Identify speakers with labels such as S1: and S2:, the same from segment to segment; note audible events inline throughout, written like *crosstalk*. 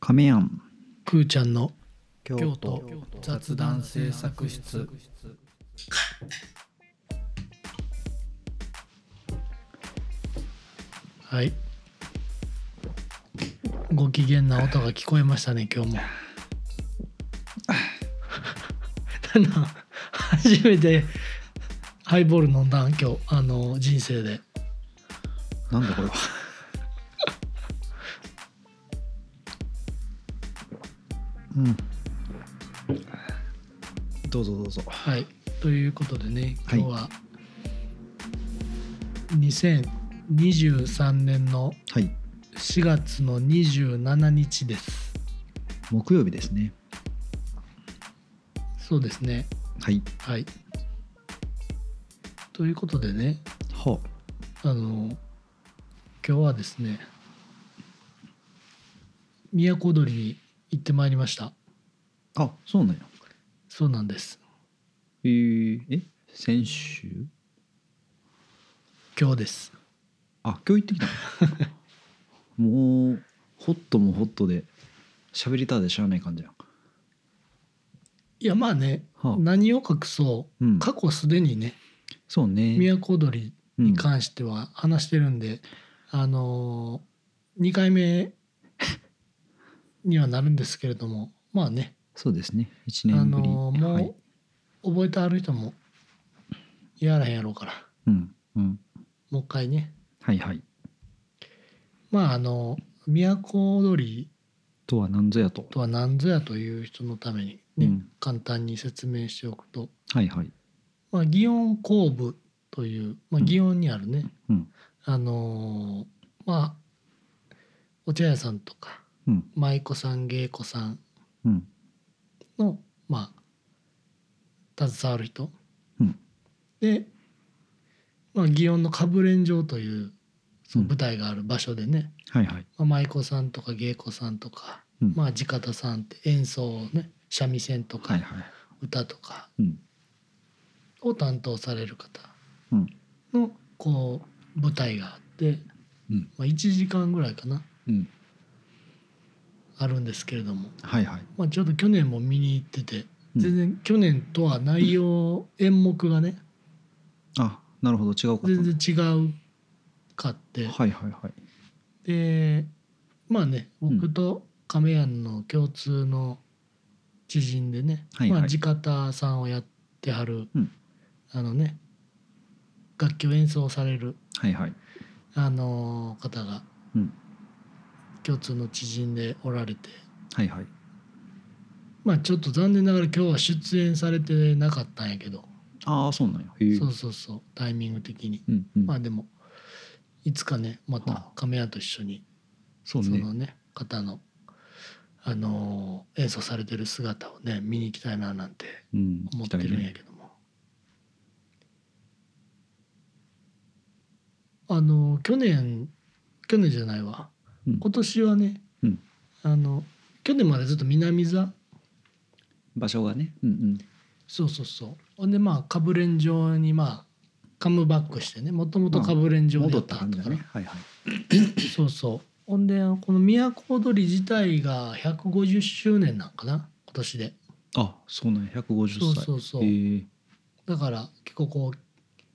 S1: 亀やん
S2: くーちゃんの
S1: 京
S2: 京都雑談制作室はいご機嫌な音が聞こえましたね今日も *laughs* あの初めてハイボール飲んだん今日あの人生で
S1: なんだこれは *laughs* うんどうぞどうぞ
S2: はいということでね
S1: はい
S2: 今日は2023年の
S1: はい
S2: 4月の27日です
S1: 木曜日ですね
S2: そうですね
S1: はい
S2: はいということでね
S1: は
S2: あの今日はですね都鳥に行ってまいりました
S1: ああそうなんや
S2: そうなんです
S1: えー、え先週
S2: 今日です
S1: あ今日行ってきたの *laughs* もうホットもホットで喋りたでしゃあない感じやん
S2: いやまあね、
S1: はあ
S2: 何を隠そ
S1: うん
S2: う過去すでにね
S1: そうね
S2: 都鳥
S1: うん
S2: に関しては話してるんで、あの2回目にはなるんですけれどもまあね
S1: そうですね1
S2: あ
S1: 年ぶり
S2: のー
S1: はい
S2: もう覚えてある人もやらへんやろうから
S1: うんうん
S2: もう一回ね
S1: はいはい
S2: まああの都踊り
S1: とは何ぞやと
S2: とは何ぞやという人のためにね、
S1: うん
S2: 簡単に説明しておくと、
S1: はいはい
S2: まあ、祇園工部という、まあ、
S1: うん
S2: 祇園にあるね、
S1: うん
S2: あのーまあお茶屋さんとか
S1: うん
S2: 舞妓さん芸妓さん
S1: うん
S2: のまあ携わる人、
S1: うん
S2: で、まあ、祇園の歌舞練場というその
S1: うん
S2: 舞台がある場所でね、
S1: はいはい
S2: まあ、舞妓さんとか芸妓さんとか、
S1: うん
S2: まあ地方さんって演奏をね三味線と
S1: はい
S2: か
S1: はい
S2: 歌とか
S1: うん
S2: を担当される方
S1: うん
S2: のこう舞台があって、
S1: うん
S2: まあ、1時間ぐらいかな
S1: うん
S2: あるんですけれども、
S1: はいはい
S2: まあ、ちょっと去年も見に行ってて
S1: うん
S2: 全然去年とは内容演目がね
S1: あなるほど違うかった
S2: 全然違うかって
S1: はいはいはい
S2: でまあね
S1: ん
S2: 僕と亀屋の共通の知人でね、
S1: はいはい
S2: まあ、地方さんをやってはる、
S1: うん
S2: あのね楽器を演奏される、
S1: はいはい
S2: あのー方が、
S1: うん
S2: 共通の知人でおられて
S1: はいはい
S2: まあちょっと残念ながら今日は出演されてなかったんやけど、
S1: ああそうなんやへえ
S2: そうそうそうタイミング的に、
S1: うんうん
S2: まあでもいつかねま
S1: は
S2: た亀屋と一緒に
S1: そう
S2: そ
S1: ね
S2: のね方の、あのー演奏されてる姿をね見に行きたいななんて
S1: うん
S2: 思っ
S1: 来
S2: て
S1: たい
S2: るんや
S1: ね
S2: けども、あのー去年去年じゃないわ、
S1: うん
S2: 今年はね、
S1: うん
S2: あの去年までずっと南座
S1: 場所がねうんうん
S2: そうそうそうほんでまあカブレン城にまあカムバックしてねもともとカブレン城
S1: 戻
S2: だっ
S1: ったた
S2: か
S1: 感じだ
S2: ら
S1: ねはいはい
S2: そうそうほんでこの都踊り自体が150周年なんかな今年で
S1: あそうなんや150歳
S2: そうそうそう
S1: へえ
S2: だから結構こう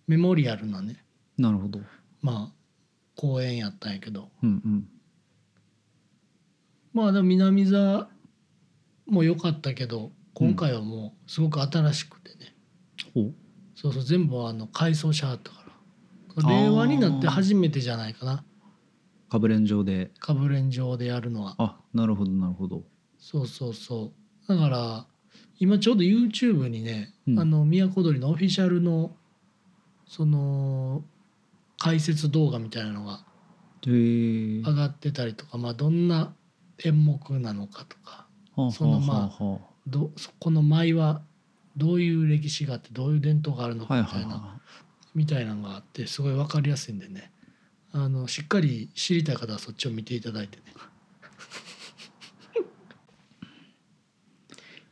S2: メモリアルなね
S1: なるほど
S2: まあ公演やったんやけど
S1: うんうん
S2: まあでも南座も良かったけど今回はもうすごく新しくてね、
S1: お
S2: そうそう全部あの改装しはったから
S1: あー
S2: 令和になって初めてじゃないかな
S1: かぶれん上で
S2: カブレン城でやるのは
S1: あなるほどなるほど
S2: そうそうそうだから今ちょうど YouTube にね、
S1: うん
S2: あの都鳥のオフィシャルのその解説動画みたいなのが
S1: へえ
S2: 上がってたりとか、まあ、どんな演目なのかとか
S1: はあ
S2: そのまあ
S1: はあは
S2: どそこの舞はどういう歴史があってどういう伝統があるの
S1: あは
S2: か
S1: い
S2: みたい
S1: はい
S2: な、
S1: は
S2: みたいなのがあってすごい分かりやすいんでねあのしっかり知りたい方はそっちを見ていただい
S1: *laughs*
S2: てね。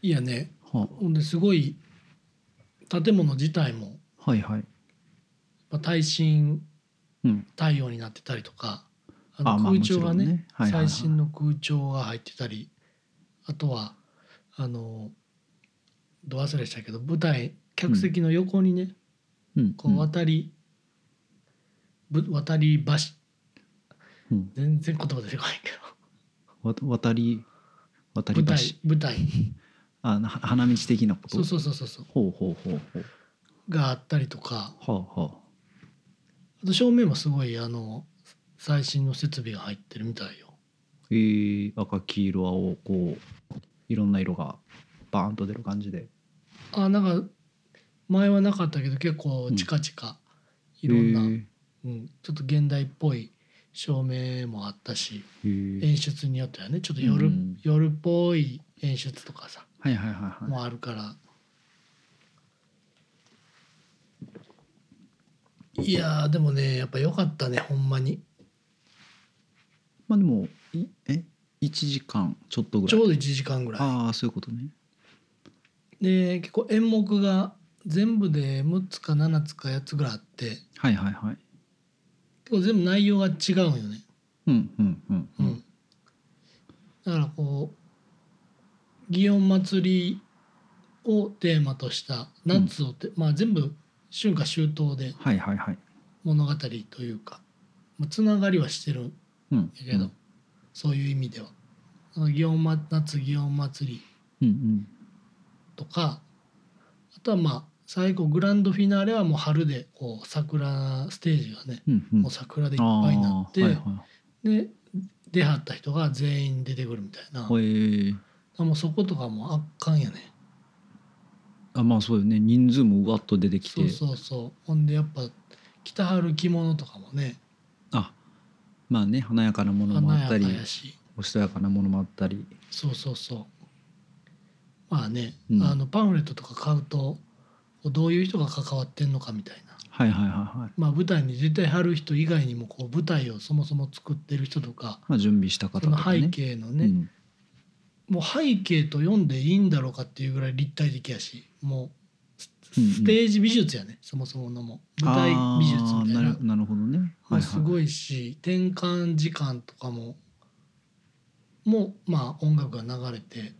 S2: いやね
S1: いは
S2: ほんですごい建物自体も、
S1: あはいはい
S2: まあ、耐震
S1: うん
S2: 対応になってたりとかあの
S1: あまあ
S2: 空調がね,、
S1: もちろんねはいはいはい
S2: 最新の空調が入ってたりあとはあのど忘れしたけど舞台客席の横にね、
S1: うん
S2: こう渡り、ぶ渡り橋
S1: うん
S2: 全然言葉出てこないけど
S1: わ渡り渡り
S2: 舞
S1: 橋
S2: 台舞台
S1: *laughs* あな花道的なこと
S2: そうそうそうそうそう
S1: ほうほうほうほう
S2: があったりとか
S1: はあはあ
S2: あと照明もすごいあの最新の設備が入ってるみたいよ
S1: えー、赤黄色青こういろんな色がバーンと出る感じで
S2: あなんか前はなかったけど結構チカチカ、いろんな、
S1: えー
S2: うん、ちょっと現代っぽい照明もあったし
S1: えー
S2: 演出によってはねちょっと夜,、
S1: うん
S2: 夜っぽい演出とかさ
S1: はいはいはいはい
S2: もあるから、い、やーでもねやっぱ良かったねほんまに
S1: まあでもいえ一時間ちょっとぐ
S2: ち
S1: らい
S2: ょうど1時間ぐらい。
S1: ああそういうことね
S2: で結構演目が全部で6つか7つか8つぐらいあって結
S1: はいはいはい
S2: 構全部内容が違うよね、
S1: うんうんうん
S2: うんだからこう祇園祭りをテーマとした夏をて、まあ、全部春夏秋冬で
S1: はいはいはい
S2: 物語というかつながりはしてるん
S1: うん
S2: やけど、そういう意味では。だから祇園ま夏祇園祭り
S1: うんうん
S2: とかあとはまあ最後グランドフィナーレはもう春でこう桜ステージがね、
S1: うんうん
S2: もう桜でいっ
S1: あ
S2: ぱいになっ
S1: ー
S2: て、
S1: はいは
S2: で出はった人が全員出てくるみたいな、
S1: いえー
S2: もうそことかもう圧巻やね
S1: あまあそうよね人数もうわっと出てきて
S2: そうそうそうほんでやっぱ着てはる着物とかもね
S1: あまあね華やかなものも
S2: 華
S1: あ
S2: や
S1: っ
S2: か
S1: たり
S2: やし
S1: おしとやかなものもあったり
S2: そうそうそうまあね、
S1: うん
S2: あのパンフレットとか買うとこうどういう人が関わってんのかみたいな
S1: はいはいはいはい
S2: まあ、舞台に出てはる人以外にもこう舞台をそもそも作ってる人とか
S1: まあ準備した方
S2: そ
S1: と
S2: の
S1: かね
S2: 背景のね、
S1: うん
S2: もう背景と読んでいいんだろうかっていうぐらい立体的やしもう
S1: うんうん
S2: ステージ美術やね、そもそものも舞台美術みたい
S1: あー
S2: な
S1: るなるほどね、
S2: も
S1: は
S2: う
S1: い
S2: す
S1: い
S2: ごいし転換時間とかももうまあ音楽が流れて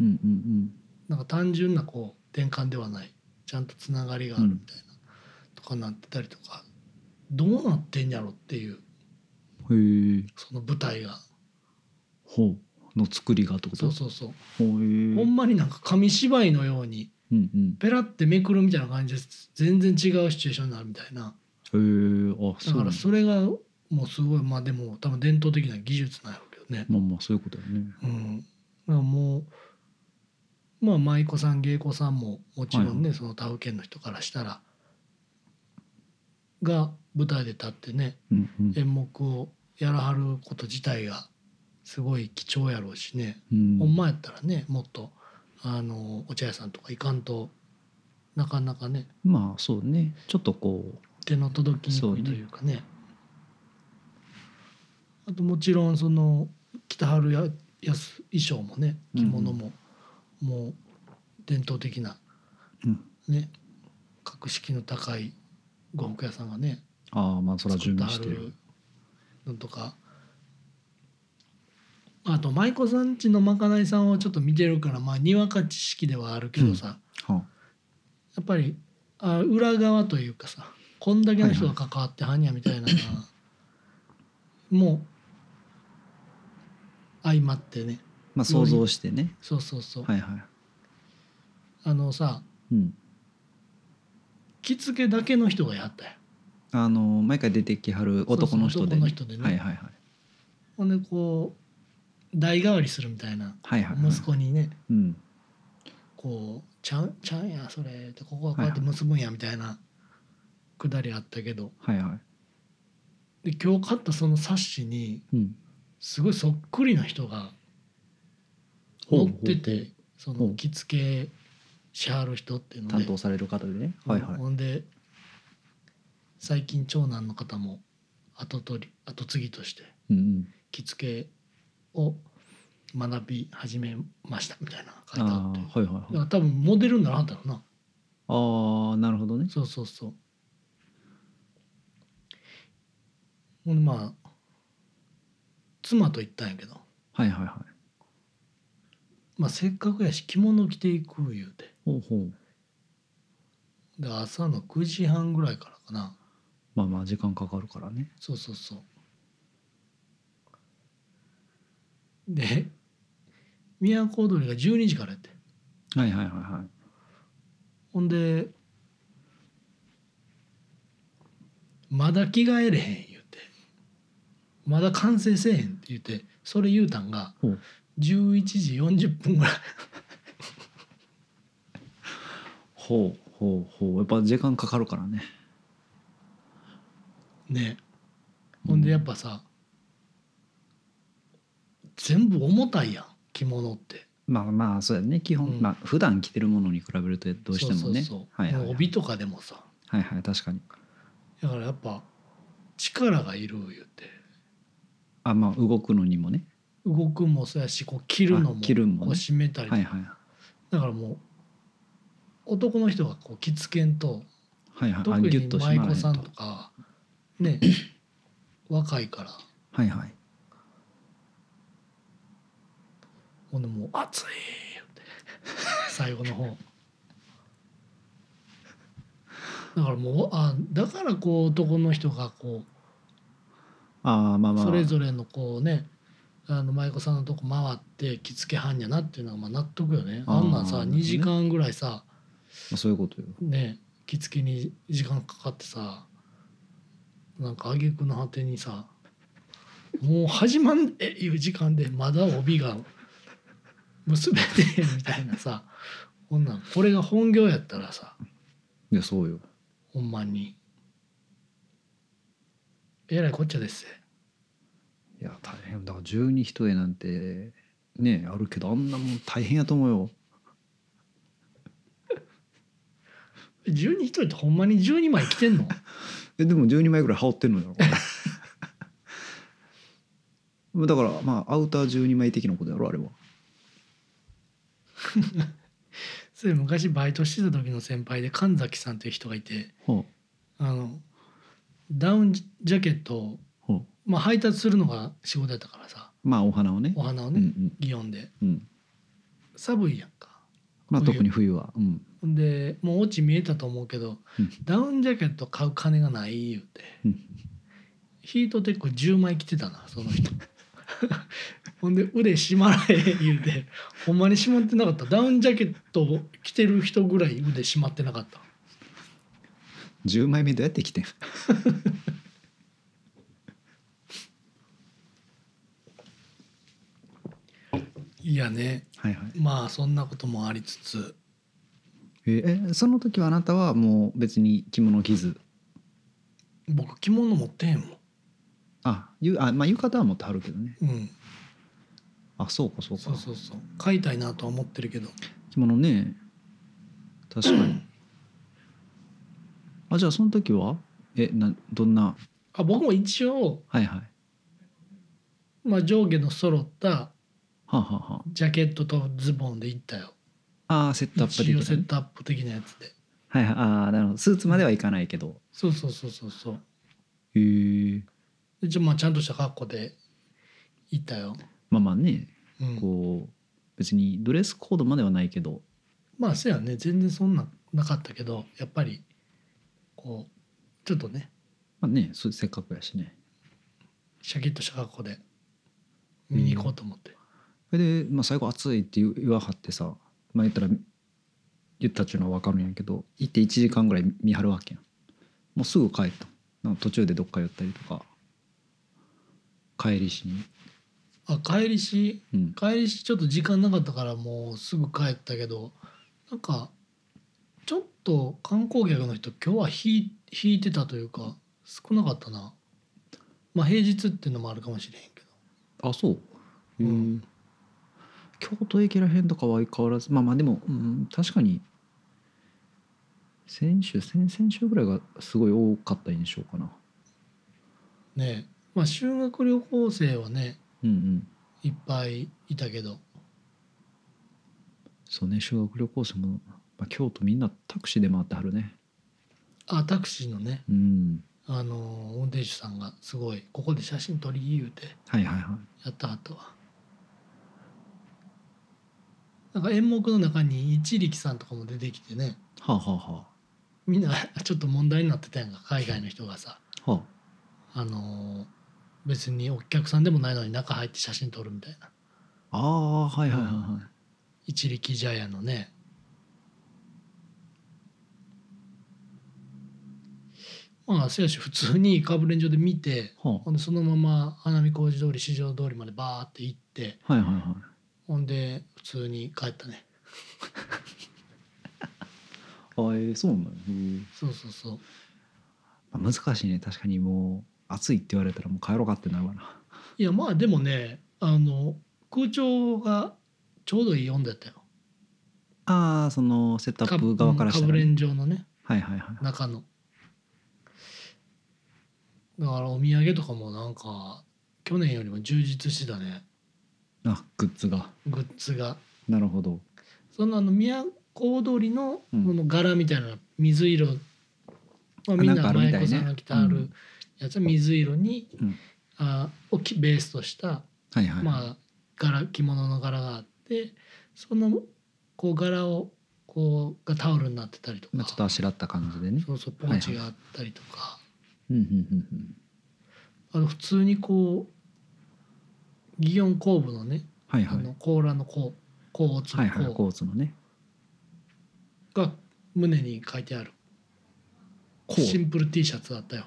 S1: うんうんうん
S2: なんか単純なこう転換ではないちゃんとつながりがあるみたいな、とかなってたりとかどうなってんやろっていう
S1: へえ
S2: その舞台が。
S1: ほうの作りがってこと
S2: そうそうそう、
S1: ほうへえ
S2: ほ
S1: うん
S2: んまになんか紙芝居のように
S1: うん
S2: ペラってめくるみたいな感じです全然違うシチュエーションになるみたいな
S1: へえあ
S2: だ
S1: そうな
S2: か
S1: ん
S2: ら
S1: だ
S2: それがもうすごいまあでも多分伝統的な技術なんやろうけどね
S1: まあまあそういうことだよね
S2: うんだからもうまあ舞妓さん芸妓さんももちろんね、その他府県の人からしたらが舞台で立ってね
S1: うんうん
S2: 演目をやらはること自体がすごい貴重やろうしね、
S1: うん
S2: ほんまやったらねもっとあのお茶屋さんとか行かんとなかなかね
S1: まあそうねちょっとこう
S2: 手の届きにくいというかねあともちろんその北春ややす衣装もね
S1: うん
S2: 着物も、もう伝統的な
S1: うん
S2: ね格式の高い呉服屋さんがね
S1: ああまあそれは準備し
S2: 作
S1: て
S2: っては
S1: る
S2: のとかあと舞妓さんちのまかないさんをちょっと見てるからまあにわか知識ではあるけどさ、
S1: は
S2: やっぱりあ裏側というかさこんだけの人が関わってはんやみたいなのが、もう相まってね
S1: あまあ想像してね
S2: そうそうそう、
S1: はいはい
S2: あのさ
S1: うん
S2: 着付けだけの人がやったやん
S1: あの毎回出てきはる男の人でね
S2: そうそう男の人でね
S1: はいはいはい
S2: ほんでこう代替わりするみたいな
S1: はいはいはい
S2: 息子にね
S1: うん
S2: こう「ちゃんちゃんやそれ」ってここはこうやって結ぶんやみたいなくだりあったけど
S1: はいは
S2: で今日買ったその冊子に
S1: いうん
S2: すごいそっくりな人が
S1: ほう
S2: 乗
S1: ほう
S2: っててそ
S1: ほ
S2: の
S1: う
S2: 着付けしはる人っていうので
S1: 担当される方でねはいはい
S2: ほんで最近長男の方も後取り後継ぎとして
S1: うんうん
S2: 着付けを学び始めましたみたいな書いてあ
S1: あ
S2: って
S1: あはいはい
S2: だか
S1: はい
S2: ら多分モデルにならはったのな
S1: ああなるほどね
S2: そうそうそうほんでまあ妻と行ったんやけど、
S1: はいはいはい
S2: まあ、せっかくやし着物着ていく言うて
S1: ほうほう
S2: で朝の9時半ぐらいからかな
S1: まあまあ時間かかるからね
S2: そうそうそうで都踊りが12時からやって
S1: はいはいはいはい
S2: ほんでまだ着替えれへん言うてまだ完成せえへんって言うてそれ言うたんが
S1: ほう
S2: 11時40分ぐらい
S1: ほうほうほうやっぱ時間かかるからね
S2: ねほんでやっぱさ、全部重たいやん着物って
S1: まあまあそうだね基本、
S2: うん
S1: まあ普段着てるものに比べるとどうしてもね
S2: そうそうそう
S1: はいはいは
S2: もう
S1: い
S2: 帯とかでもさ
S1: はいはい確かに
S2: だからやっぱ力がいる言うて
S1: あまあ動くのにもね
S2: 動くもそうやしこう着るのも
S1: あ着るもね
S2: こう締めたりと
S1: は
S2: か
S1: いはい
S2: だからもう男の人がこう着付けんと
S1: はいはい
S2: 特
S1: あギュッ
S2: に
S1: と
S2: 舞
S1: ま
S2: 妓
S1: ない
S2: さん
S1: と
S2: とか
S1: *laughs*
S2: ね若いから
S1: はいはい
S2: ほんでもう「熱い!」って最後の方だからもうあだからこう男の人がこ
S1: ああまあ
S2: う
S1: まあ
S2: それぞれのこうねあの舞妓さんのとこ回って着付けはんやなっていうのがまあ納得よねあんなん
S1: あ
S2: さ
S1: ー
S2: 2時間ぐらいさ
S1: まあそういうことよ
S2: ね着付けに時間かかってさなんか挙句の果てにさもう始まんえいう時間でまだ帯が結べてへんみたいなさこんなんこれが本業やったらさ
S1: いやそうよ
S2: ほんまにえらいこっちゃですぜ
S1: いや大変だから十二一重なんてねあるけどあんなもん大変やと思うよ
S2: 12人ってほんまに12枚来てんの
S1: えでも12枚ぐらい羽織ってんのよ *laughs* だからまあアウター12枚的なことやろあれは
S2: それ昔バイトしてた時の先輩で神崎さんという人がいて
S1: ほ
S2: あのダウンジャケットを
S1: うほう
S2: まあ、配達するのが仕事やったからさ
S1: まあお花をね
S2: お花を
S1: うん
S2: ね、
S1: うん
S2: 祇園で
S1: うん
S2: 寒いやんか
S1: まあ
S2: 冬
S1: 特に冬はうん
S2: ほんでもうオチ見えたと思うけど、
S1: うん
S2: ダウンジャケット買う金がない言うて、
S1: うん
S2: ヒートテック10枚着てたなその人 *laughs* ほんで腕締まらへん言うてほんまに締まってなかったダウンジャケットを着てる人ぐらい腕締まってなかった
S1: 10枚目どうやって来てん
S2: いやね
S1: はいはい
S2: まあそんなこともありつつ
S1: えーえその時はあなたはもう別に着物着ず
S2: 僕着物持ってへんもん
S1: あゆあまあ浴衣は持ってはるけどね
S2: うん
S1: あそうかそうか
S2: そうそうそう買いたいなとは思ってるけど
S1: 着物ね確かにあじゃあその時はえなどんな
S2: あ僕も一応、
S1: はいはいは
S2: まあ、上下の揃った
S1: あ、はあは
S2: ジャケットとズボンで行ったよ
S1: あ、あーセットアップ
S2: 一応
S1: 的
S2: セ
S1: なね
S2: ットアップ的なやつで
S1: はいはいああなるほどスーツまではいかないけど
S2: そうそうそうそうそう
S1: へえ
S2: でちょ,、まあ、ちゃんとした格好で行ったよ、
S1: まあまあね
S2: うん、
S1: こう別にドレスコードまではないけど
S2: まあせやね全然そんななかったけどやっぱりこうちょっとね
S1: まあねそうせっかくやしね
S2: シャキッとした格好で見に行こうと思って、
S1: それで、まあ、最後暑いって言う言わはってさまあ言ったら言ったっちゅうのは分かるんやけど行って1時間ぐらい見張るわけやんもうすぐ帰ったなんか途中でどっか寄ったりとか帰りしに
S2: あ帰りし
S1: うん
S2: 帰りしちょっと時間なかったからもうすぐ帰ったけどなんかちょっと観光客の人今日は引い引いてたというか少なかったなまあ平日っていうのもあるかもしれへんけ
S1: あそう
S2: うん
S1: うん京都駅らへんとかは相変わらずまあまあでも、うん、確かに先週先々週ぐらいがすごい多かった印象かな
S2: どねえまあ修学旅行生はね
S1: うんうん
S2: いっぱいいたけど
S1: そうね修学旅行生も、まあ、京都みんなタクシーで回ってはるね
S2: あタクシーのね
S1: うん
S2: あの運転手さんがすごい「ここで写真撮り」言うて
S1: はいはいは
S2: やったはったわなんか演目の中に一力さんとかも出てきてね
S1: いはあはあは
S2: みんなちょっと問題になってたやんか海外の人がさ
S1: あは
S2: あの別にお客さんでもないのに中入って写真撮るみたいな
S1: あああーはいはいはいはい
S2: 一力茶屋のねまあせやし普通にカーブレン上で見て
S1: は
S2: ほんでそのまま花見小路通り市場通りまでバーって行って
S1: あはいはいはい
S2: ほんで普通に帰ったね
S1: あーえーそうなんだへー
S2: そうそうそう
S1: まあ難しいね確かにもう暑いって言われたらもう帰ろうかってなるわない
S2: やまあでもねあの空調がちょうどいい温度やったよ
S1: ああそのセットアップ側からした
S2: カ
S1: ら
S2: ブレ
S1: ね
S2: ン状のね
S1: はいはいはい
S2: 中のだからお土産とかもなんか去年よりも充実してたね
S1: あグッズが
S2: グッズが
S1: なるほど
S2: そのあの都通りの
S1: うん
S2: この柄みたいな水色、まあ、
S1: あ
S2: み
S1: な
S2: ん
S1: ん
S2: な
S1: かあるみた
S2: 舞
S1: いね
S2: 妓さんが着てあ
S1: う
S2: る
S1: ん
S2: やつは水色に、
S1: うん
S2: あをきベースとした、
S1: はいはい
S2: まあ、柄着物の柄があってそのこう柄をこうがタオルになってたりとか、
S1: まあちょっとあしらった感じでね
S2: そうそうポーチがあったりとか、
S1: うんうんうんうん
S2: あの普通にこう祇園工部のね、
S1: はい
S2: あ
S1: はい
S2: の甲羅の甲甲をつ
S1: はいはい
S2: 甲
S1: コーツのね
S2: が胸に書いてある
S1: こ
S2: シ
S1: う
S2: ンプル T シャツだったよ。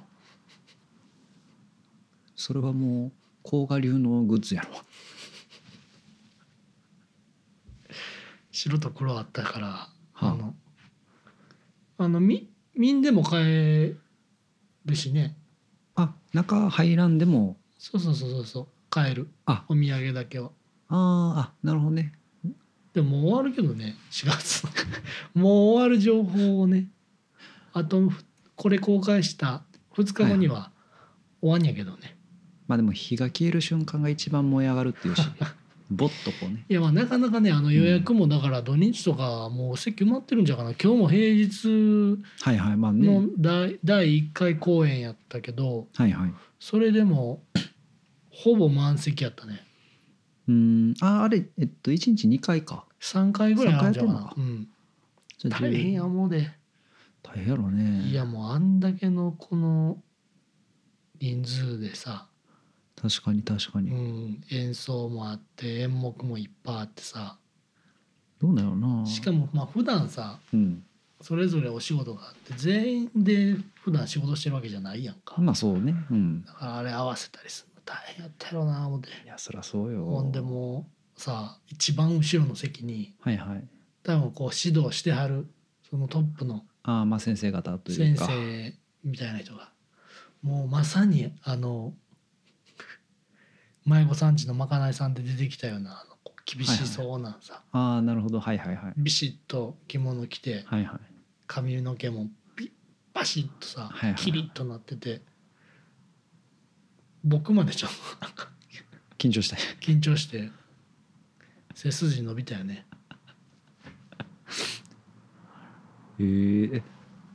S1: それはもう甲賀流のグッズやろ
S2: 白と黒あったから、
S1: あ
S2: あのあのみみんでも買えるしね
S1: あ中入らんでも
S2: そうそうそうそうそう買える
S1: あ
S2: お土産だけは
S1: あーあなるほどね
S2: でももう終わるけどね4月 *laughs* もう終わる情報をねあとふこれ公開した2日後には終わんやけどね、
S1: まあでも日が消える瞬間が一番燃え上がる
S2: *laughs*
S1: っていうしぼっとこうね
S2: い、やまあなかなかねあの予約もだから土日とかもう席埋まってるんじゃうかな今日も平日
S1: はいはいまあね
S2: の第,、第1回公演やったけど、
S1: はいはい
S2: それでも *coughs* ほぼ満席やったね
S1: うんああれえっと1日2回か
S2: 3回ぐらいあるんじゃうか
S1: 三
S2: な
S1: 回やっ
S2: うん、
S1: じゃあ
S2: 大変やもうで、
S1: 大変やろね
S2: いやもうあんだけのこの人数でさ、
S1: 確かに確か
S2: う
S1: に、
S2: ん、演奏もあって演目もいっぱいあってさ
S1: どうだろうな
S2: しかもまあ普段さ
S1: うん
S2: それぞれお仕事があって全員で普段仕事してるわけじゃないやんか、
S1: まあそうねうん
S2: だからあれ合わせたりするの大変やったやろな思って
S1: いやそりゃそうよ
S2: ほんでもうさ一番後ろの席に
S1: はいはい
S2: 多分こう指導してはるそのトップの
S1: ああまあ先生方という
S2: 先
S1: か
S2: 生みたいな人がもうまさにあの迷子さんちのまかないさんで出てきたようなあのこう厳しそうなさ、
S1: ああなるほどはいはいはい
S2: ビシッと着物着て
S1: はいはい
S2: 髪の毛もピバシッとさ、
S1: はいはい
S2: キリッとなってて僕までちょっとなんか
S1: 緊張したい
S2: 緊張して背筋伸びたよね
S1: へえ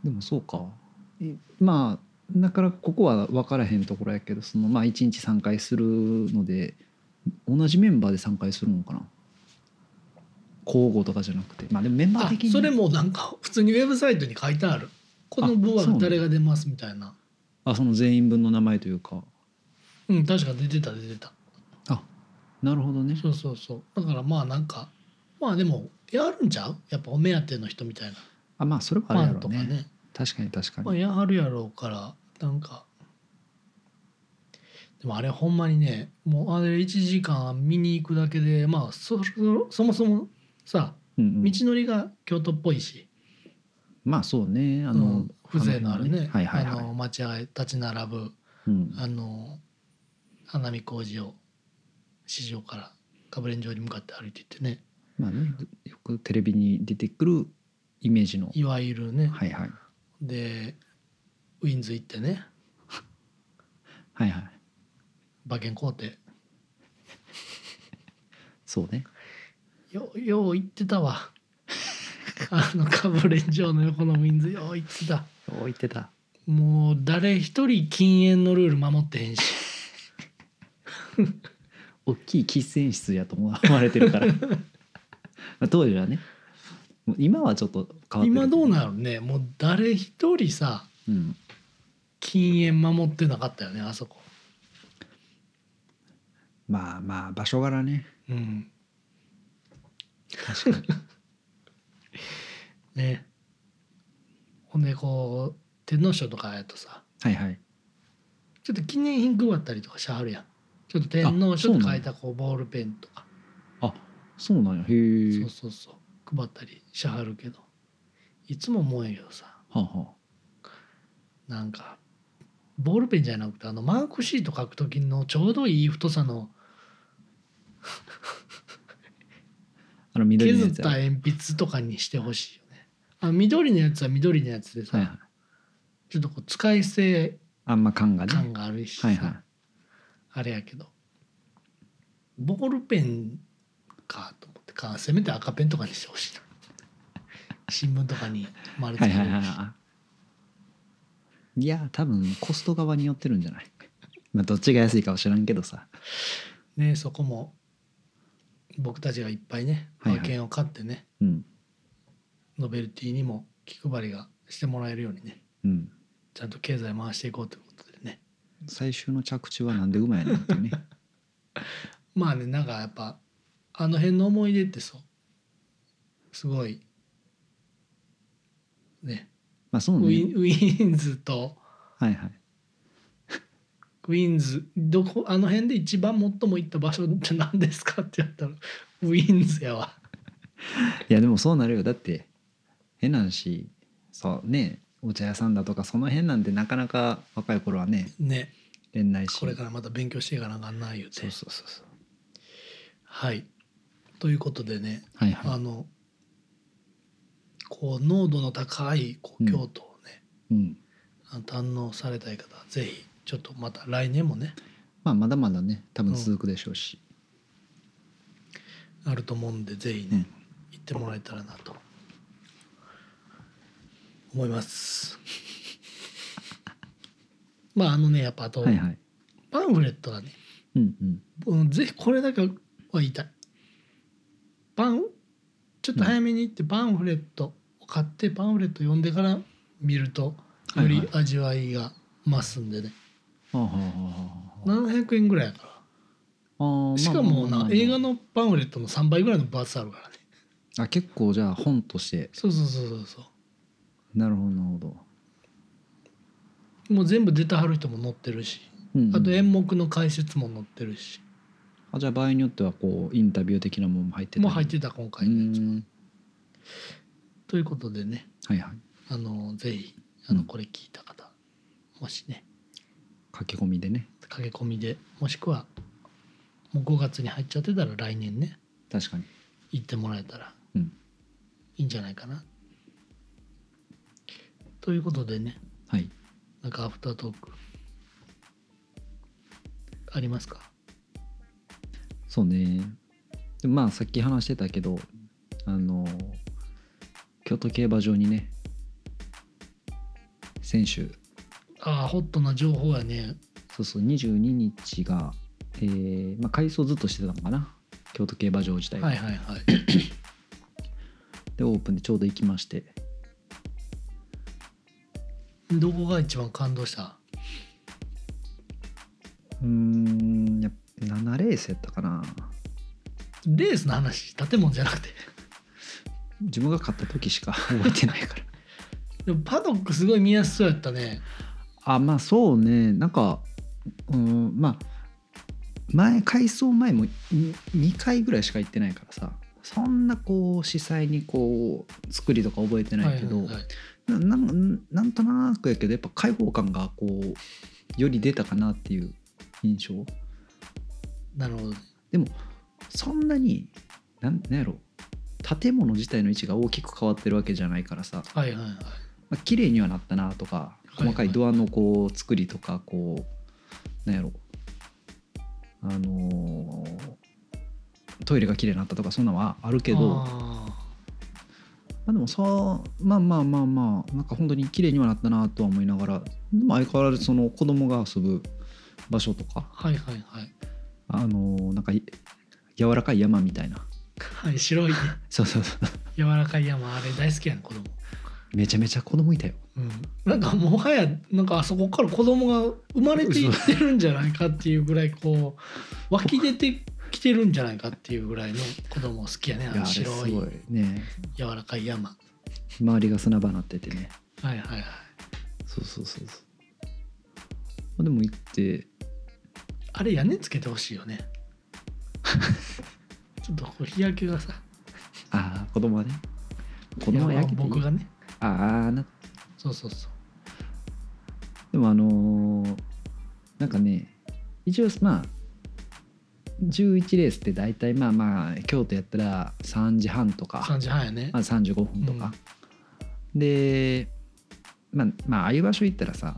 S1: でもそうかいまあだからここは分からへんところやけどそのまあ1日3回するので同じメンバーで3回するのかな交互とかじゃなくてまあでもメンバー
S2: あ
S1: 的に
S2: それもなんか普通にウェブサイトに書いてあるこの部は
S1: あそうなんだ
S2: 誰が出ますみたいな
S1: あその全員分の名前というか
S2: うん確か出てた出てた
S1: あなるほどね
S2: そうそうそうだからまあなんかまあでもやるんちゃうやっぱお目当ての人みたいな
S1: あまあそれは
S2: フ
S1: あるや
S2: ァン
S1: ろ
S2: と
S1: う
S2: か
S1: ね
S2: ね
S1: 確かに確かに、
S2: まあ、やはるやろうからなんかでもあれほんまにねもうあれ1時間見に行くだけでまあそそそもそもさ
S1: うんうん
S2: 道のりが京都っぽいし、
S1: まあそうねあの、
S2: うん風情のあるね
S1: はいはいはい
S2: あの町屋が立ち並ぶ
S1: うん、
S2: あの花見工事を市場からカブレン城に向かって歩いていってね
S1: まあねよくテレビに出てくるイメージの
S2: いわゆるね、
S1: はいはい
S2: でウィンズ行ってね
S1: はいはい
S2: 馬券買うて
S1: そうね
S2: ようよう行ってたわ *laughs* あのカブレン城の横のウィンズよう行ってた
S1: 置いてた
S2: もう誰一人禁煙のルール守ってへんし
S1: 大きい喫煙室やと思われてる
S2: *laughs*
S1: からまあ当時はねもう今はちょっと変わってる
S2: 今どうなるねもう誰一人さ
S1: うん
S2: 禁煙守ってなかったよねあそこ
S1: まあまあ場所柄ね
S2: うん
S1: 確かに
S2: *laughs* ねほんでこう天皇賞とかやとさ
S1: はいはい
S2: ちょっと記念品配ったりとかしはるやんちょっと天皇賞って書いたこうボールペンとか
S1: あそうなんやへ
S2: そ
S1: え
S2: うそうそう配ったりしはるけどいつも思うんやけどさ
S1: はあはあ
S2: なんかボールペンじゃなくてあのマークシート書く時のちょうどいい太さの
S1: あの緑の
S2: 削
S1: や
S2: っ
S1: つ
S2: た
S1: や
S2: 鉛筆とかにしてほしいよねあの緑のやつは緑のやつでさ、
S1: はいはい
S2: ちょっとこう使い捨て
S1: あんま感がね
S2: 感があるしさ、
S1: はいはい
S2: あれやけどボールペンかと思ってかせめて赤ペンとかにしてほしいな新聞とかに丸つ
S1: は
S2: け
S1: い
S2: る
S1: はいはいはいいや多分コスト側によってるんじゃないまあどっちが安いかは知らんけどさ
S2: ねそこも僕たちがいっぱいね
S1: はいはい
S2: 馬券を買ってね、
S1: うん
S2: ノベルティにも気配りがしてもらえるようにね
S1: うん
S2: ちゃんと経済回していこうということでね
S1: 最終の着地はなんでうまいなってい
S2: *laughs*
S1: うね
S2: まあねなんかやっぱあの辺の思い出ってそうすごいね
S1: まあそうね
S2: ウィンウィンズと
S1: はいはい
S2: ウィンズどこあの辺で一番最も行った場所って何ですかってやったらウィンズやわ
S1: いやでもそうなるよだって変なんしそうねお茶屋さんだとかその辺なんてなかなか若い頃はね
S2: ね
S1: 恋愛し
S2: これからまた勉強していかなあかんな言うて
S1: そうそうそうそう
S2: はいということでね
S1: はいは
S2: あのこう濃度の高いこう
S1: うん
S2: 京都をね、
S1: い、うん、
S2: あの堪能されたい方はぜひちょっとまた来年もね
S1: まあまだまだね多分続くでしょうし、
S2: あると思うんでぜひね、行ってもらえたらなと思
S1: *laughs*
S2: います。まああのねやっぱあと、
S1: はいはい
S2: パンフレットがね、
S1: うんうん
S2: うん、ぜひこれだけは言いたい。パンちょっと早めに行ってパンフレットを買ってパンフレット読んでから見ると
S1: は
S2: よ
S1: いはい
S2: り味わいが増すんでね、
S1: はあはあはあはあ
S2: 700円ぐらいやか
S1: あーまあ
S2: らしかも
S1: まあまあま
S2: な
S1: あ
S2: 映画のパンフレットの3倍ぐらいの分厚さあるからね
S1: あ結構じゃあ本として
S2: そうそうそうそうそ
S1: なるほどなるほど、
S2: うもう全部出てはる人も載ってるし
S1: うんうん
S2: あと演目の解説も載ってるし、
S1: あじゃあ場合によってはこうインタビュー的なものも入ってたり
S2: もう入ってた今
S1: う
S2: 回のやつは、
S1: ん
S2: ということでね
S1: はいはい
S2: あのぜひあの
S1: うん
S2: これ聞いた方、もしね
S1: 書き込みでね
S2: 駆け込みでもしくはもう5月に入っちゃってたら来年ね
S1: 確かに
S2: 行ってもらえたら
S1: うん
S2: いいんじゃないかな。ということでね
S1: はい
S2: なんかアフタートークありますか
S1: そうねでまあさっき話してたけどあの京都競馬場にね先週
S2: ああホットな情報やね
S1: そうそう22日が、えーまあ、改装ずっとしてたのかな京都競馬場自体が、
S2: はいはいはい *coughs*
S1: でオープンでちょうど行きまして
S2: どこが一番感動した
S1: うーんやっぱ7レースやったかな
S2: レースの話建物じゃなくて
S1: 自分が勝った時しか覚えてないから
S2: でもパドックすごい見やすそうやったね
S1: あまあそうねなんかうんまあ前改装前も2回ぐらいしか行ってないからさそんなこう司祭にこう作りとか覚えてないけど、
S2: はいはいはい
S1: ななんなんとなくやけどやっぱ開放感がこうより出たかなっていう印象
S2: なるほどね
S1: そんなになんなんやろ建物自体の位置が大きく変わってるわけじゃないからさ、
S2: はいはいはい
S1: まあ綺麗にはなったなとか
S2: はい
S1: 細かいドアのこう作りとかこうなんやろあのートイレが綺麗になったとかそんなんはあるけど
S2: あ
S1: まあでもそうまあまあまあまあなんか本当に綺麗にはなったなとは思いながらでも相変わらずその子供が遊ぶ場所とか
S2: はいはいはい
S1: あのーなんかい柔らかい山みたいな
S2: はい白い
S1: そうそうそう
S2: 柔らかい山あれ大好きやん子供
S1: めちゃめちゃ子供いたよ
S2: うん、なんかもはやなんかあそこから子供が生まれていってるんじゃないかっていうぐらいこ *laughs* う湧き出てきてるんじゃないかっていうぐらいの子供好きやねあ
S1: いやあ
S2: の
S1: れすご
S2: 白
S1: い
S2: い
S1: ね
S2: 柔らかい山は
S1: 周りが砂場になっててね
S2: いはいはい
S1: そうそうそうそうまあでも行って
S2: あれ屋根つけてほしいよね *laughs* ちょっとこう日焼けがさ
S1: ああ子供はね子供は焼けていい
S2: 僕がね
S1: ああな
S2: そうそうそう
S1: でもあのーなんかね一応まあ11レースって大体まあまあ京都やったら3時半とか、
S2: 3時半やね
S1: まあ、35分とか、で、まあ、まあああいう場所行ったらさ、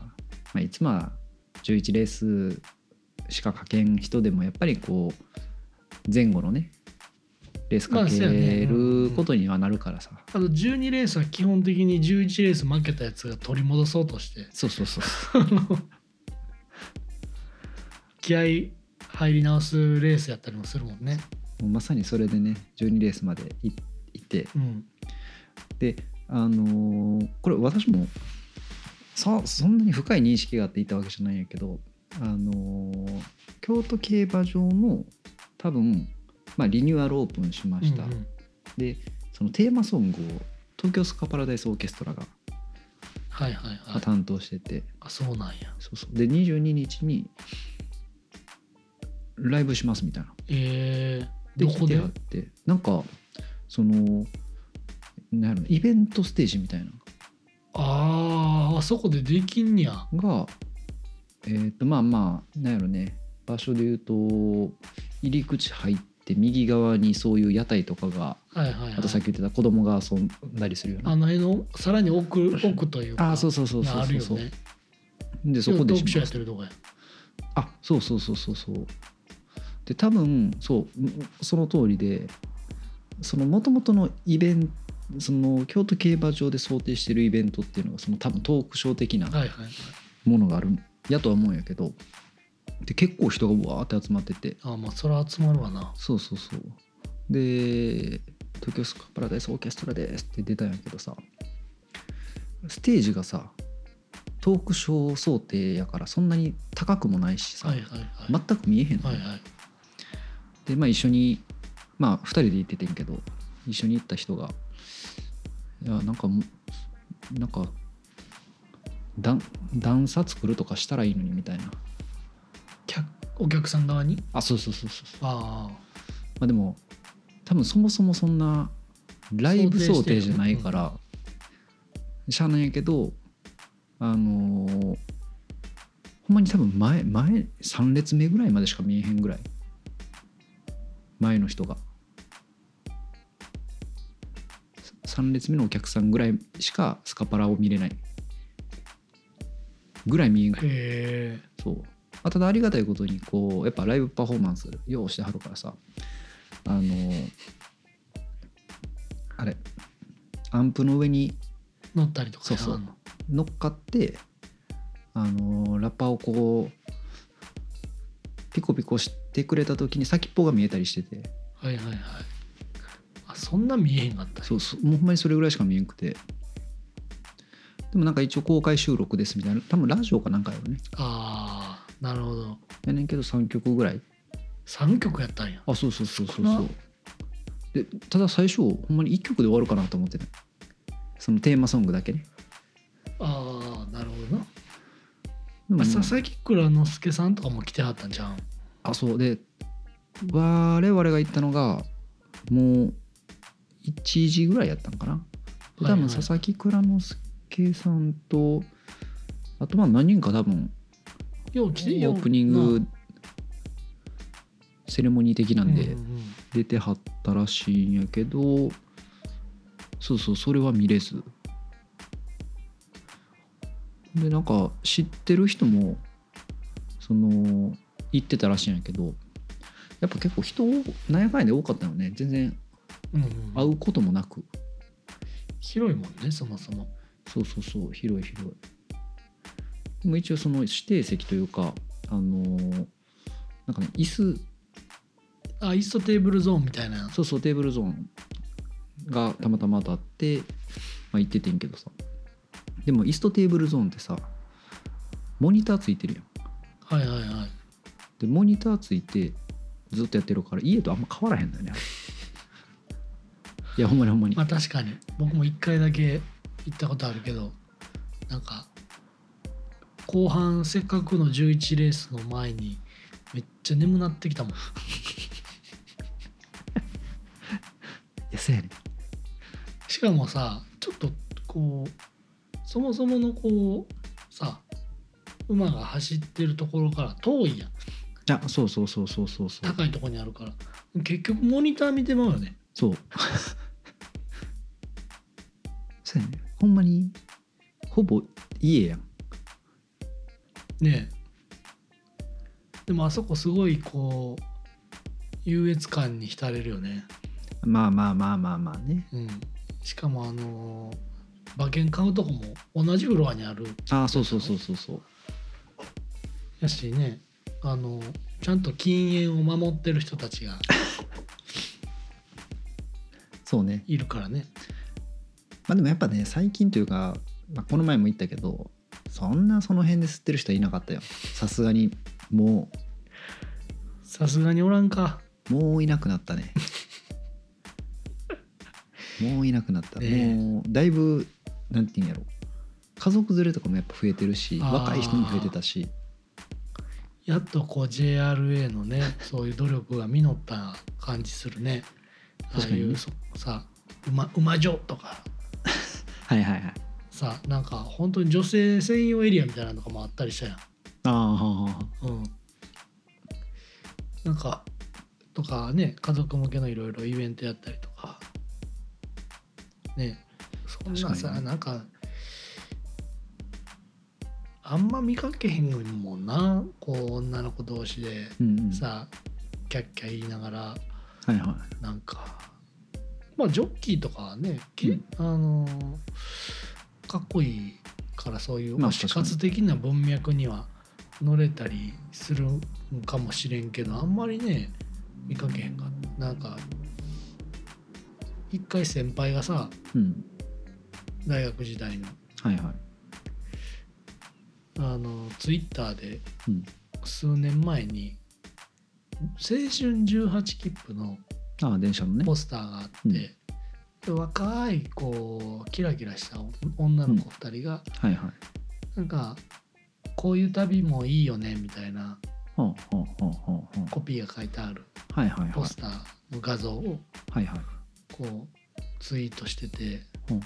S1: まあ、いつもは11レースしかかけん人でもやっぱりこう前後のねレース
S2: ま
S1: か
S2: あそうや
S1: け
S2: ねうんう
S1: る
S2: ん
S1: ことにはなるからさ、
S2: あと12レースは基本的に11レース負けたやつが取り戻そうとして
S1: そうそうそう
S2: 気合入り直すレースやったりもするもんね
S1: もうまさにそれでね12レースまでい行って
S2: うん
S1: であのーこれ私もそそんなに深い認識があっていたわけじゃないんやけど、あのー京都競馬場の多分、まあ、リニューアルオープンしました、
S2: うんうん
S1: でそのテーマソングを東京スカパラダイスオーケストラが
S2: はいはいはい、
S1: まあ担当してて、
S2: あそうなんや
S1: そうそうで22日にライブしますみたいな
S2: えー、
S1: で
S2: ど
S1: き
S2: こ
S1: て
S2: で
S1: あってなんかそのなんやろねイベントステージみたいな
S2: あーあそこでできんにゃ
S1: が、えー、とまあまあなんやろね場所で言うと入り口入って右側にそういう屋台とかが
S2: はいはい、はい、
S1: あとさっき言ってた子供が遊んだりするよう
S2: あ
S1: な
S2: の辺のさらに奥奥というか
S1: ああそううそうそうそう
S2: あ
S1: そ
S2: る
S1: う
S2: よ
S1: そう、
S2: ね
S1: でそこ
S2: 今日ト
S1: で
S2: ークショ
S1: しま
S2: ーやっ
S1: す
S2: てるとこや
S1: あそうそうそうそうそうで多分そううんその通りでそのもともとのイベントその京都競馬場で想定してるイベントっていうのがその多分トークショー的な
S2: はいはいはい
S1: ものがあるやとは思うんやけどで結構人がわーって集まってて
S2: あーまあそれ集まるわな
S1: そうそうそうで「東京スカパラダイスオーケストラです」って出たんやけどさステージがさトークショー想定やからそんなに高くもないしさ、
S2: はいはいはい、
S1: 全く見えへんの、
S2: はいはい
S1: でまあ一緒にまあ2人で行っててんけど一緒に行った人が「いやなんかもうなんか段段差作るとかしたらいいのに」みたいな
S2: 客お客さん側に
S1: あそうそうそうそうそう
S2: あ
S1: まあでも多分そもそもそんなライブ想定じゃないからしゃあないやけどあのーほんまに多分前前3列目ぐらいまでしか見えへんぐらい前の人が3列目のお客さんぐらいしかスカパラを見れないぐらい見えん
S2: あへえ
S1: そう、まあ、ただありがたいことにこうやっぱライブパフォーマンスようしてはるからさあのあれアンプの上に
S2: 乗ったりとか
S1: そうそう
S2: あんの
S1: 乗っかってあのラッパーをこうピコピコしてくれた時に先っぽが見えたりしてて
S2: はいはいはいあそんな見えへんかった
S1: そうそうもうほんまにそれぐらいしか見えんくてでもなんか一応公開収録ですみたいな多分ラジオかなんかやろね
S2: ああなるほど
S1: やねんけど3曲ぐらい
S2: 3曲やったんや
S1: あそうそうそうそう
S2: 少
S1: そ
S2: な
S1: うでただ最初ほんまに1曲で終わるかなと思ってたそのテーマソングだけね
S2: ああなるほどな
S1: でもま
S2: あ
S1: あ
S2: 佐々木蔵之介さんとかも来てはったんじゃん
S1: あそうで我々が行ったのがもう1時ぐらいやったんかなで多
S2: はいは
S1: 分
S2: い
S1: 佐々木蔵之介さんとあとまあ何人か多分
S2: よう
S1: オ
S2: 来てよ
S1: ープニングセレモニー的なんで出てはったらしいんやけどそうそうそれは見れずでなんか知ってる人もその行ってたらしいんやけどやっぱ結構人をなんやかんやで多かったよね全然
S2: うんうんうんうん
S1: 会うこともなく
S2: 広いもんねそもそも
S1: そうそうそう広い広いでも一応その指定席というかあのーなんかね椅子
S2: あイーストテーブルゾーンみたいな
S1: そうそうテーブルゾーンがたまたまとあって、まあ、行っててんけどさでも椅子とテーブルゾーンってさモニターついてるやん
S2: はいはいはい
S1: でモニターついてずっとやってるから家とあんま変わらへんだよねいやほんまにほんまに、
S2: まあ確かに僕も1回だけ行ったことあるけどなんか後半せっかくの11レースの前にめっちゃ眠なってきたもん
S1: いやそうやねん
S2: しかもさちょっとこうそもそものこうさ馬が走ってるところから遠いやん
S1: あそうそうそうそうそうそう
S2: 高いところにあるから結局モニター見てまうよね
S1: そう *laughs* そうやねほんまにほぼ家やん
S2: ねえでもあそこすごいこう優越感に浸れるよね
S1: まあまあまあまあまあね
S2: うんしかもあのー馬券買うとこも同じフロアにある
S1: あそうそうそうそうそう
S2: やしねあのーちゃんと禁煙を守ってる人たちが
S1: そうね
S2: いるからね
S1: まあでもやっぱね最近というか、まあ、この前も言ったけどそんなその辺で吸ってる人はいなかったよさすがにも
S2: さすがにおらんか
S1: うもういなくなったねもういなくなった、
S2: ねえ
S1: もうだいぶなんていうんやろ家族連れとかもやっぱ増えてるし
S2: あー
S1: 若い人も増えてたし
S2: やっとこう JRA のねそういう努力が実った感じするねああ
S1: 確か
S2: い
S1: に
S2: う
S1: ね
S2: そさ馬馬女とか
S1: はいはいはい
S2: さなんか本当に女性専用エリアみたいなのとかもあったりしたや
S1: ああはあはあ
S2: ん、うん、なんかとかね家族向けのいろいろイベントやったりとかねそんな
S1: 確か
S2: さ、
S1: にね
S2: なんかあんま見かけへんもんなこう女の子同士で
S1: うんうん
S2: さキャッキャ言いながら
S1: はいはい
S2: なんかまあジョッキーとかはね、き
S1: うん
S2: あのーかっこいいからそういう
S1: まあ
S2: 推し活的な文脈には乗れたりするんかもしれんけどあんまりね見かけへんかったなんか一回先輩がさ
S1: うん
S2: 大学時代の
S1: はいはい
S2: あのツイッターで
S1: うん
S2: 数年前に「青春18切符」の「
S1: ああ電車のね
S2: ポスターがあって、
S1: うん
S2: で若いこうキラキラした女の子2人が、
S1: はいはい
S2: なんかこういう旅もいいよねみたいな
S1: ほうほうほうほうほ
S2: コピーが書いてある
S1: うはいはいは
S2: ポ
S1: い
S2: スターの画像を
S1: はいはい
S2: こうツイートしてて、
S1: うん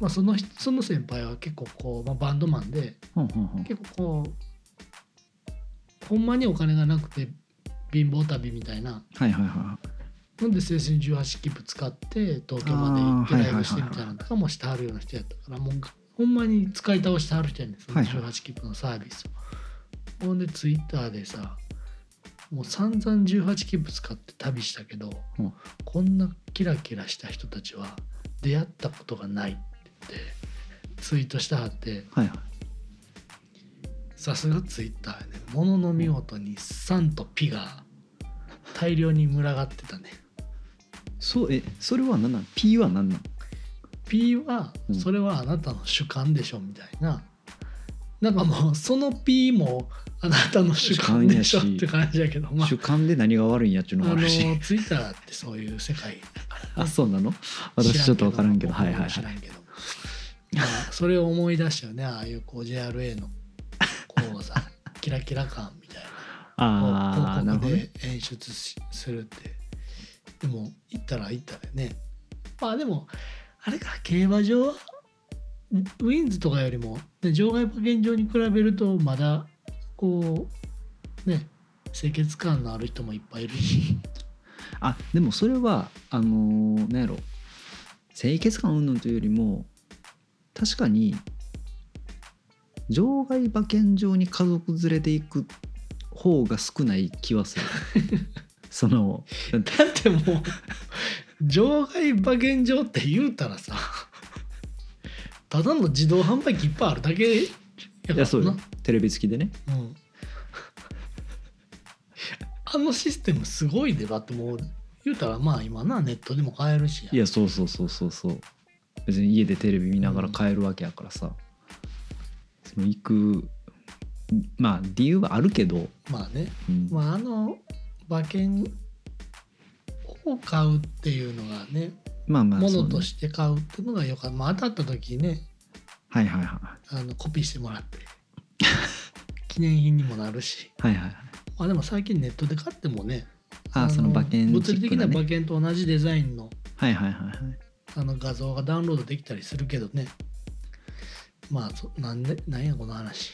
S2: まあ、その人その先輩は結構こう、まあ、バンドマンで
S1: ほうほうほう
S2: 結構こうほんまにお金がなくて貧乏旅みたいな
S1: はいはいはい
S2: なんで青春18切符使って東京まで行ってライブしてみたいなのとかもしてはるような人やったからもうほんまに使い倒してはる人やねんその
S1: はいはい
S2: 18切符のサービスを、ほんでツイッターでさもう散々18切符使って旅したけど、
S1: うん
S2: こんなキラキラした人たちは出会ったことがないって言ってツイートしてはって
S1: はいはい
S2: さすがツイッターやねものの見事に「さん」と「ピ」が大量に群がってたね
S1: そうえそれは何なん P は何なん
S2: P は
S1: うん
S2: それはあなたの主観でしょみたいな、なんかもうその P もあなたの主観でしょっ
S1: 主観やして
S2: 感じやけどまあ
S1: 主観で何が悪いんやっちゅう
S2: あ
S1: のもあ
S2: の
S1: るし
S2: ツイッターってそういう世界
S1: あそうなの *laughs* 私ちょっと分からんけど
S2: 知
S1: はいはい
S2: 知
S1: は
S2: ら
S1: い
S2: んけど、まあ、それを思い出したよねああいうこう JRA のこ
S1: *laughs*
S2: うさキラキラ感みたいな
S1: あ
S2: こ
S1: あ
S2: う
S1: なるほ
S2: 広告
S1: どね
S2: で演出しするってでも行ったら行ったでねまあでもあれか競馬場はウィンズとかよりも、ね、場外馬券場に比べるとまだこうね清潔感のある人もいっぱいいるし
S1: あでもそれはあのーなんやろ清潔感云々というよりも確かに場外馬券場に家族連れで行く
S2: *laughs*
S1: 方が少ない気はするその
S2: だってもう *laughs* 場外馬券場って言うたらさただの自動販売機いっぱいあるだけやから
S1: いやそうよテレビ付きでね
S2: うん、 *laughs* あのシステムすごいでだってもう言うたらまあ今なネットでも買えるし
S1: いやそうそうそうそうそう別に家でテレビ見ながら買えるわけやからさ、その行くまあ理由はあるけど、
S2: まあね、
S1: うん
S2: まあ、あの馬券を買うっていうのがね
S1: まあまあ
S2: も
S1: そう
S2: の
S1: ね
S2: として買うっていうのがよかった、まあ、当たった時ね
S1: はいはいは
S2: あのコピーしてもらって *laughs* 記念品にもなるし
S1: いはいはいはい
S2: まあでも最近ネットで買ってもね
S1: ああその馬券
S2: 物理的な
S1: チップ
S2: 馬
S1: ね
S2: 券と同じデザインの
S1: はいはいはいはい
S2: あの画像がダウンロードできたりするけどねまあそなんでなんやこの話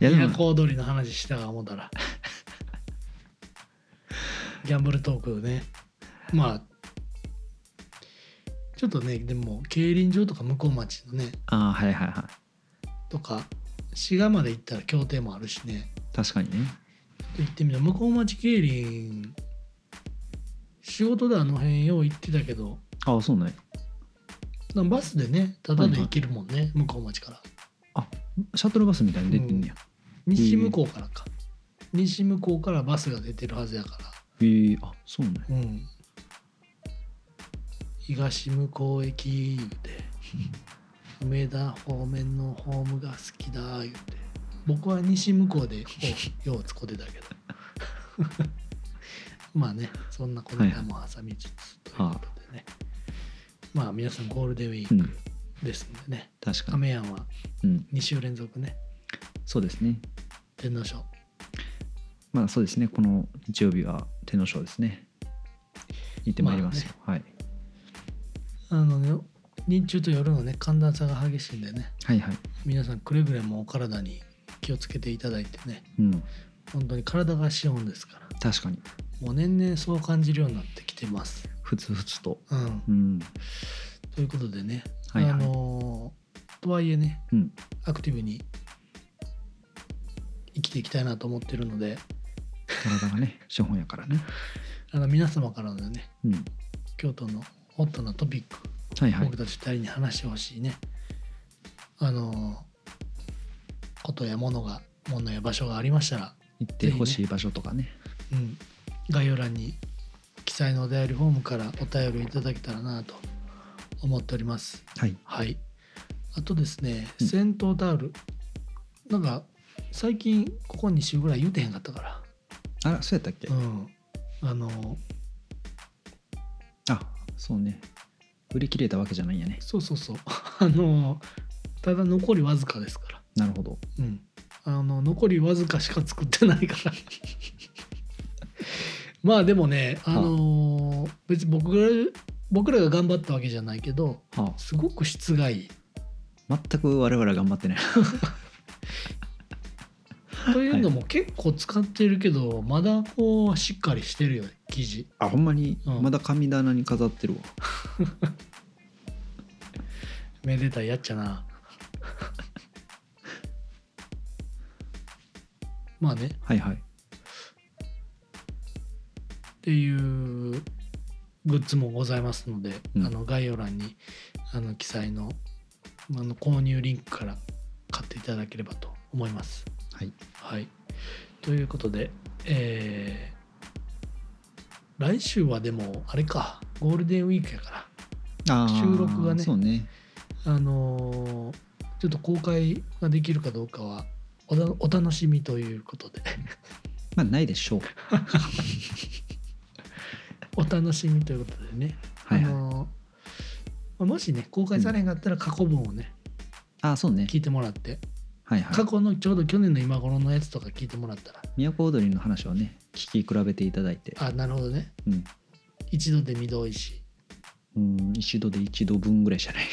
S1: いやでも
S2: コードりの話したが思ったらギャンブルトークねまあちょっとねでも競輪場とか向こう町のね
S1: ああはいはいは
S2: とか滋賀まで行ったら協定もあるしね
S1: い確かにね
S2: 行ってみたら向こう町競輪仕事であの辺よう行ってたけど
S1: ああそうね
S2: なんかバスでねただで行けるもんね、向こう町から
S1: シャトルバスみたいに出てんねや、
S2: 西向こうからか、西向こうからバスが出てるはずやか
S1: へえあそうね
S2: らうん東向こう駅言うて梅田方面のホームが好きだ言うて僕は西向こうでこうよう使ってたけど *laughs* まあねそんなこんなも挟みつつということでね、まあ皆さんゴールデンウィー
S1: う
S2: ク
S1: ん
S2: ですんでね、
S1: 確かに、
S2: 亀やんは
S1: うん、
S2: 2週連続ね
S1: そうですね
S2: 天皇賞
S1: まあそうですねこの日曜日は天皇賞ですね行ってまいりますよ、
S2: あのね日中と夜のね寒暖差が激しいんでね
S1: はい、はいはい
S2: 皆さんくれぐれもお体に気をつけていただいてね
S1: うん
S2: 本当に体が資本ですから
S1: 確かに
S2: もう年々そう感じるようになってきてます。
S1: ふつふつと
S2: うん、
S1: うん
S2: ということでね、
S1: はいはい
S2: あのーとはいえね
S1: うん
S2: アクティブに生きていきたいなと思ってるので
S1: 体がね資本やからね
S2: あの皆様からのね
S1: うん
S2: 京都のホットなトピック
S1: はいはい
S2: 僕たち2人に話してほしいね、あのことやものがものや場所がありましたら、
S1: 行ってほしい場所とかね
S2: うん、概要欄に記載のお便りフォームからお便りいただけたらなと思っております
S1: はい
S2: はいあとですね
S1: うん
S2: 戦闘タオル、なんか最近ここ2週ぐらい言うてへんかったか
S1: あらそうやったっけ、
S2: らうんあの
S1: あそうね売り切れたわけじゃないんやね
S2: そうそう *laughs* そうあのただ残りわずかですから
S1: なるほど
S2: うん、あの残りわずかしか作ってないから *laughs* まあでもね、あのー別に僕ら僕らが頑張ったわけじゃないけど
S1: は
S2: すごく質がいい
S1: あ全く我々頑張ってない
S2: というのも結構使ってるけど、まだこうしっかりしてるよね生地
S1: あほんまに
S2: うん
S1: まだ神棚に飾ってるわ、
S2: めでたいやっちゃな *laughs* まあね
S1: はいはい
S2: っていうグッズもございますので、
S1: うん
S2: あの概要欄にあの記載のあの購入リンクから買っていただければと思います。
S1: はい
S2: はい、ということで、えー来週はでもあれかゴールデンウィークやか
S1: あー
S2: 収録がね
S1: そうね
S2: ら、あのーちょっと公開ができるかどうかはおだお楽しみということで *laughs*
S1: まあないでしょう
S2: お楽しみということでね、
S1: はいはい
S2: あのーまあもしね公開されへんかったら過去分をね、
S1: あそうね
S2: 聞いてもらって
S1: はいはい
S2: 過去のちょうど去年の今頃のやつとか聞いてもらったら
S1: 都踊りの話をね聞き比べていただいて
S2: あなるほどね
S1: うん
S2: 一度で二度おいし
S1: うん一度で一度分ぐらいじ
S2: *laughs*
S1: ゃない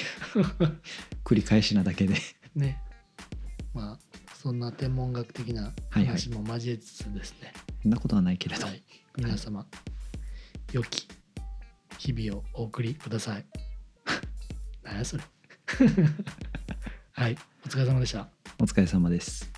S1: *laughs* 繰り返しなだけで
S2: いねまあそんな天文学的な話も交えつつですね、
S1: そんなことはないけれ
S2: はい
S1: ど、
S2: 皆様、良き日々をお送りくだ
S1: *laughs*
S2: さい何やそれ *laughs* はいお疲れ様でした
S1: お疲れ様です